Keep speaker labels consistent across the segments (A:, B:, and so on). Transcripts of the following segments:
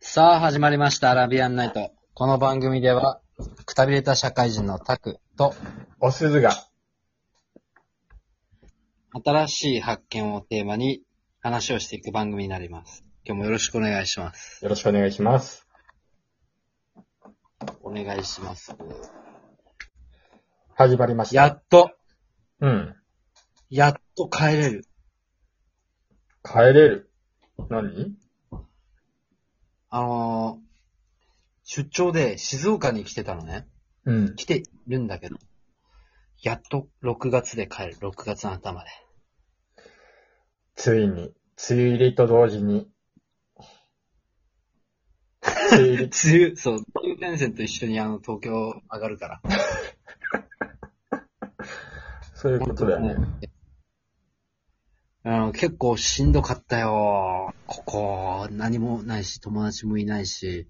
A: さあ、始まりました、アラビアンナイト。この番組では、くたびれた社会人のタクと、
B: お鈴が。
A: 新しい発見をテーマに話をしていく番組になります。今日もよろしくお願いします。
B: よろしくお願いします。
A: お願いします。
B: 始まりました。
A: やっと、
B: うん。
A: やっと帰れる。
B: 帰れる。何
A: あのー、出張で静岡に来てたのね。
B: うん。
A: 来てるんだけど、やっと6月で帰る。6月の頭で。
B: ついに、梅雨入りと同時に。梅雨入 り、
A: 梅雨、そう、梅雨前線と一緒にあの、東京上がるから。
B: そういうことだよね。
A: あの、結構しんどかったよ。ここ、何もないし、友達もいないし、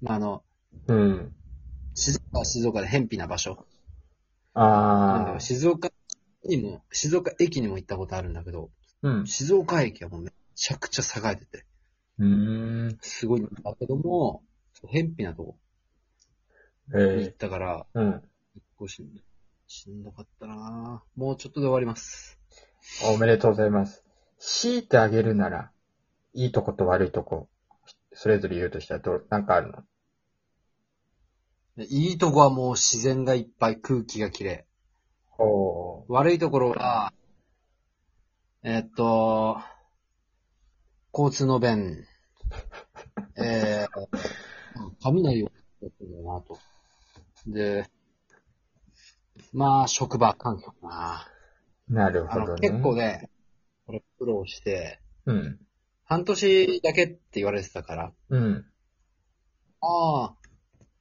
A: まあ、あの、
B: うん。
A: 静岡は静岡で偏僻な場所。なんだ
B: あ
A: ろう
B: ー。
A: 静岡にも、静岡駅にも行ったことあるんだけど、
B: うん。
A: 静岡駅はもうめちゃくちゃ栄えてて、
B: うーん。
A: すごいんだけども、そう偏僻なとこに行っ
B: え
A: たから、
B: ー、うん。
A: 結構しんどしんどかったなぁもうちょっとで終わります。
B: おめでとうございます。強いてあげるなら、いいとこと悪いとこ、それぞれ言うとしたらどう、なんかあるの
A: でいいとこはもう自然がいっぱい、空気が綺麗。
B: ほ
A: 悪いところは、えーっと、交通の 便、えー、雷をやってるなと。で、まあ、職場環境かな。
B: う。なる
A: あ
B: ほど
A: の、
B: ね。
A: 結構ね、これ苦労して、
B: うん。
A: 半年だけって言われてたから、
B: うん。
A: ああ、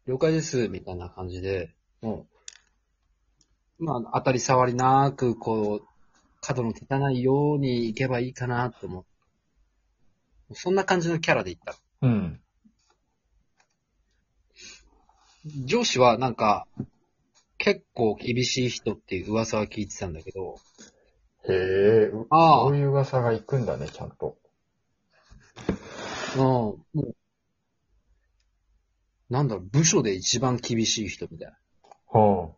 A: 了解です、みたいな感じで、もう、まあ、当たり障りなく、こう、角の立たないように行けばいいかなと思う。そんな感じのキャラで行った。
B: うん。
A: 上司はなんか、結構厳しい人っていう噂は聞いてたんだけど、
B: へえ、う
A: ああ
B: そういう噂が行くんだね、ちゃんと。
A: うん、もう、なんだろう、部署で一番厳しい人みたいな。
B: は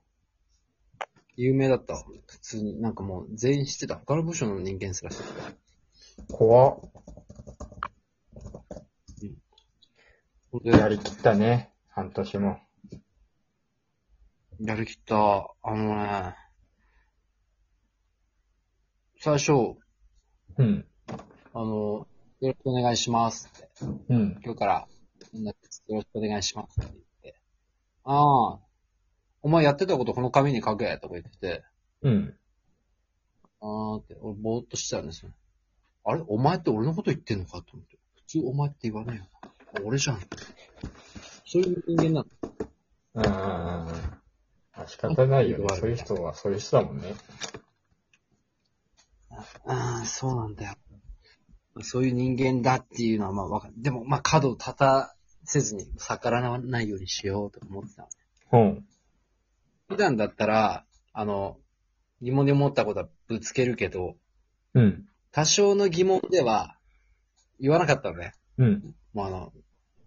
A: 有名だったわ。普通に、なんかもう全員知ってた。他の部署の人間すら知ってた。
B: あ、怖っ。
A: ほんで
B: やりきったね、半年も。
A: やりきった。あのね、最初、
B: うん。
A: あの、よろしくお願いしますって。
B: うん。
A: 今日から、みんなよろしくお願いしますって言って。ああ、お前やってたことこの紙に書けとか言ってて、
B: うん。
A: ああって、俺ぼーっとしてたんですよ。あれお前って俺のこと言ってんのかと思って。普通お前って言わないよな。俺じゃん。そういう人間なの。
B: うんうんうんうん。あ仕方ないよね。そういう人は、そういう人だもんね。
A: ああ、そうなんだよ。そういう人間だっていうのはまあわかる。でも、まあ角を立たせずに逆らわないようにしようと思ってた。
B: うん。
A: 普段だったら、あの、疑問に思ったことはぶつけるけど、
B: うん。
A: 多少の疑問では言わなかったのね。
B: うん。
A: もうあの、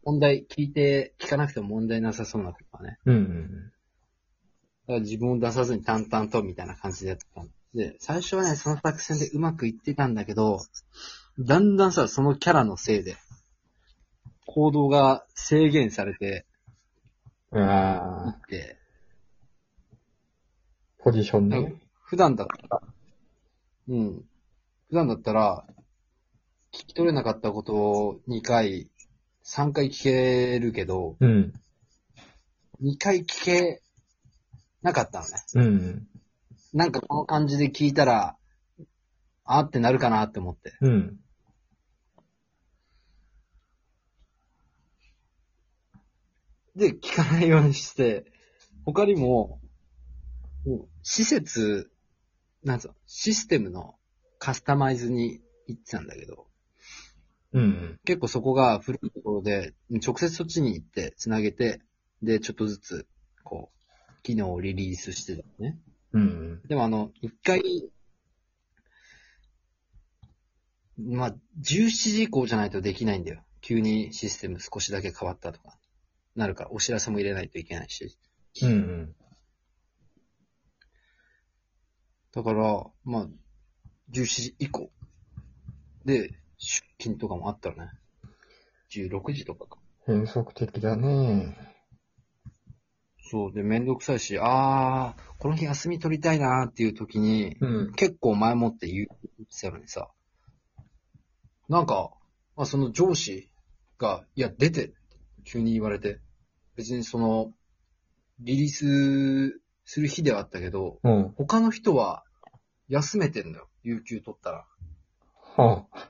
A: 問題聞いて、聞かなくても問題なさそうなことはね。
B: うんうん。
A: だから自分を出さずに淡々とみたいな感じでやってたの。で、最初はね、その作戦でうまくいってたんだけど、だんだんさ、そのキャラのせいで、行動が制限されて
B: う
A: い
B: ん。ああ、
A: って、
B: ポジション
A: だから
B: ね。
A: 普段だったら、うん。普段だったら、聞き取れなかったことを2回、3回聞けるけど、
B: うん。
A: 2回聞けなかったのね。
B: うん。
A: なんかこの感じで聞いたら、あーってなるかなって思って。
B: うん。
A: で、聞かないようにして、他にも、もう施設、なんつうの、システムのカスタマイズに行ってたんだけど、
B: うん。
A: 結構そこが古いところで、直接そっちに行って、つなげて、で、ちょっとずつ、こう、機能をリリースしてたのね。
B: うん。
A: でもあの、一回、まあ、17時以降じゃないとできないんだよ。急にシステム少しだけ変わったとか、なるからお知らせも入れないといけないし。
B: うんうん。
A: だから、まあ、17時以降。で、出勤とかもあったらね。16時とかか。
B: 変則的だね。
A: そう。で、めんどくさいし、あー、この日休み取りたいなーっていう時に、
B: うん。
A: 結構前もって言ってたのにさ、なんか、まあ、その上司が、いや、出て、急に言われて、別にその、リリースする日ではあったけど、
B: うん。
A: 他の人は休めてんだよ、有給取ったら。
B: はあ。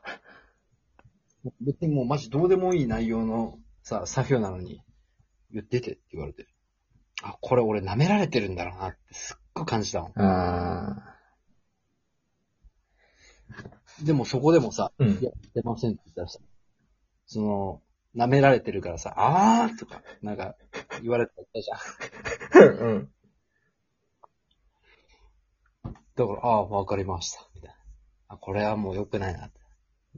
A: 別にもうマジどうでもいい内容のさ、作業なのに、いや出てって言われて、あ、これ俺舐められてるんだろうなってすっごい感じたの。
B: あ
A: でもそこでもさ、
B: ーう
A: いや
B: ん。、
A: 出ませんって言ったらさ、その、舐められてるからさ、あーとか、なんか、言われたじゃん。
B: うん。
A: だから、ああー、わかりました。みたいな。あ、これはもう良くないなって。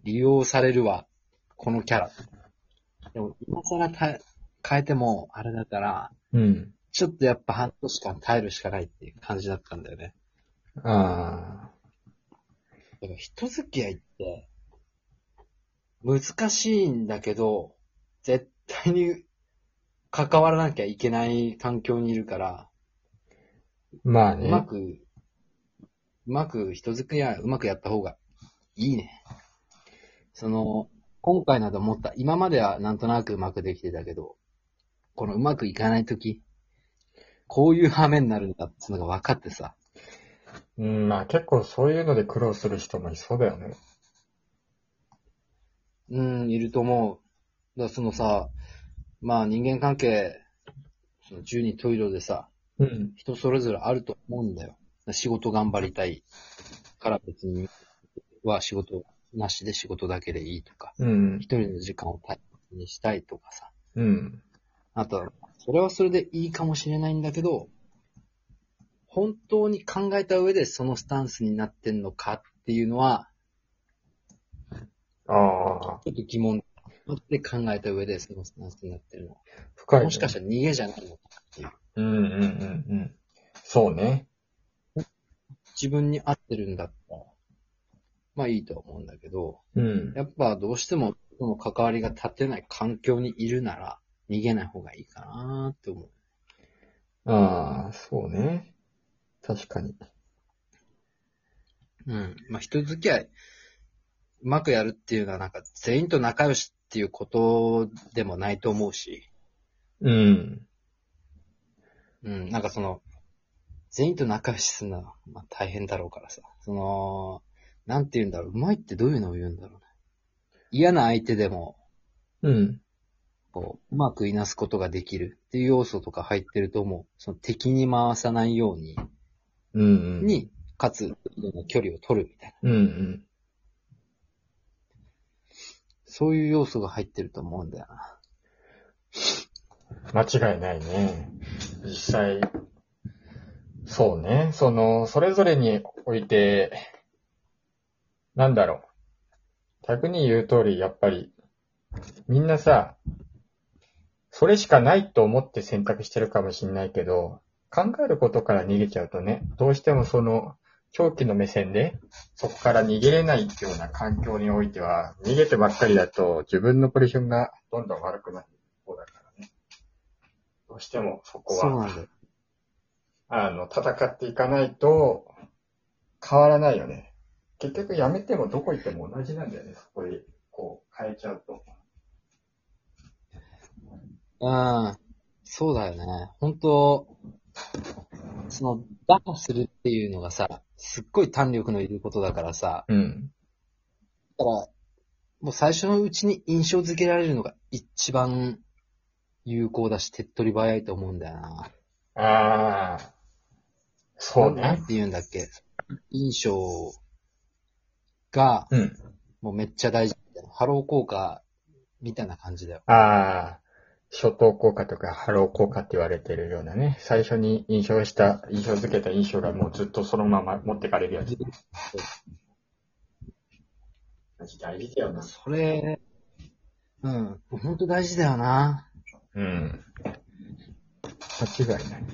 A: 利用されるわ。このキャラ。でも、今更た変えても、あれだから、
B: うん。
A: ちょっとやっぱ半年間耐えるしかないっていう感じだったんだよね。
B: あ
A: だから人付き合いって、難しいんだけど、絶対に関わらなきゃいけない環境にいるから、
B: あ。まあ
A: うま
B: ね。
A: く、うまく人付き合い、うまくやった方がいいね。その、今回など思った、今まではなんとなくうまくできてたけど、このうまくいかないとき、こういう羽目になるんだっていうのが分かってさ、
B: うん、まあ結構そういうので苦労する人もいそうだよね。
A: うん、いると思う。だからそのさ、まあ人間関係、その十人十色でさ、
B: うん。
A: 人それぞれあると思うんだよ。仕事頑張りたいから別には仕事なしで仕事だけでいいとか、
B: うん。
A: 一人の時間を大切にしたいとかさ。
B: うん。
A: あとは、それはそれでいいかもしれないんだけど、本当に考えた上でそのスタンスになってんのかっていうのは、ち
B: ああ。
A: ょっと疑問で考えた上でそのスタンスになってるの。
B: 深い、ね。
A: もしかしたら逃げじゃないのかっていう。
B: うんうんうんうん。そうね。
A: 自分に合ってるんだったら、まあいいとは思うんだけど、
B: うん。
A: やっぱどうしてもその関わりが立てない環境にいるなら、逃げない方がいいかなって思う。
B: ああ、そうね。確かに。
A: うん。まあ、人付き合い、うまくやるっていうのは、なんか、全員と仲良しっていうことでもないと思うし、
B: うん。
A: うん。なんかその、全員と仲良しするのは、まあ、大変だろうからさ。その、なんて言うんだろう。うまいってどういうのを言うんだろうね。嫌な相手でも、
B: うん。
A: こう、うまくいなすことができるっていう要素とか入ってると思う。その敵に回さないように、
B: うんうん。
A: に、かつ、距離を取るみたいな。
B: うんうん。
A: そういう要素が入ってると思うんだよな。
B: 間違いないね。実際、そうね。その、それぞれにおいて、なんだろう。逆に言う通り、やっぱり、みんなさ、それしかないと思って選択してるかもしんないけど、考えることから逃げちゃうとね、どうしてもその、長期の目線で、そこから逃げれないような環境においては、逃げてばっかりだと、自分のポジションがどんどん悪くなっていく方だからね。どうしてもそこは。
A: そうなんだよ。
B: あの、戦っていかないと、変わらないよね。結局やめてもどこ行っても同じなんだよね、そこで、こう、変えちゃうと。
A: うん。そうだよね。本当その、打破するっていうのがさ、すっごい胆力のいることだからさ、
B: うん。
A: だから、もう最初のうちに印象付けられるのが一番有効だし、手っ取り早いと思うんだよな。
B: ああ、そう
A: なん
B: ね。
A: て言うんだっけ。印象が、
B: うん。
A: もうめっちゃ大事みたいな。ハロー効果みたいな感じだよ。
B: ああ、初等効果とかハロー効果って言われてるようなね。最初に印象した、印象付けた印象がもうずっとそのまま持ってかれるやつ。マジ大事だよな。
A: それ、うん、本当大事だよな。
B: うん。間違いない。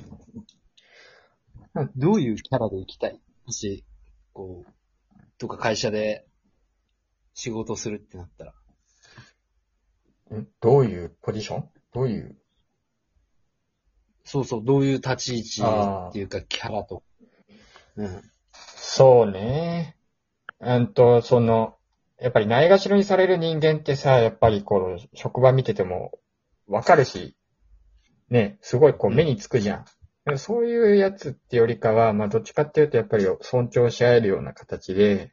A: どういうキャラで行きたいもし、こう、とか会社で仕事するってなったら。
B: んどういうポジションどういう
A: そうそう、どういう立ち位置っていうかキャラと。うん。
B: そうね。うんと、その、やっぱりないがしろにされる人間ってさ、やっぱりこう、職場見ててもわかるし、ね、すごいこう
A: うん
B: 目につくじゃん。でもそういうやつってよりかは、まあどっちかっていうとやっぱり尊重し合えるような形で、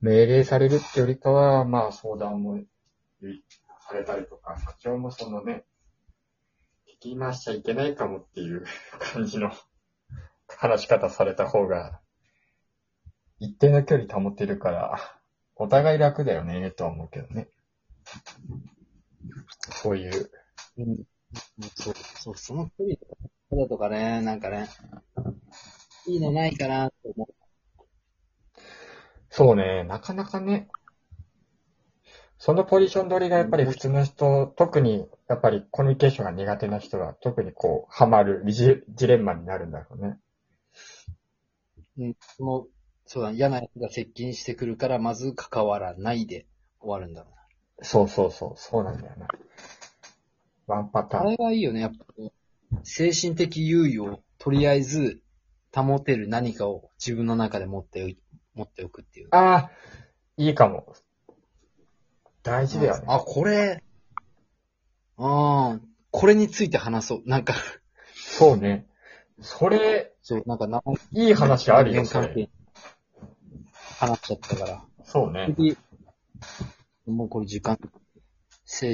B: 命令されるってよりかは、まあ相談もされたりとか、社長もそのね、聞き回しちゃいけないかもっていう感じの話し方された方が、一定の距離保てるから、お互い楽だよね、とは思うけどね。そういう。
A: うん、そう、そう、その距離とか、ただとかね、なんかね、いいのないかなと思
B: そうね、なかなかね、そのポジション取りがやっぱり普通の人、特にやっぱりコミュニケーションが苦手な人は特にこう、ハマるジ、ジレンマになるんだろうね。
A: う。うん、その、そうだ、嫌な奴が接近してくるから、まず関わらないで終わるんだろうな。
B: そうそうそう、そうなんだよな。ワンパタ
A: あ
B: ーン。
A: れはいいよね、やっぱこう。精神的優位を、とりあえず、保てる何かを自分の中で持っておい、持っておくっていう。
B: ああ、いいかも。大事だよね。
A: あ、これ、ああ、これについて話そう。なんか、
B: そうね。それ、
A: そう、なんか名前、
B: いい話あるよ、
A: 人
B: そ
A: 間関
B: れ。
A: 係、話しちゃったから。
B: そうね。
A: 次、もうこれ時間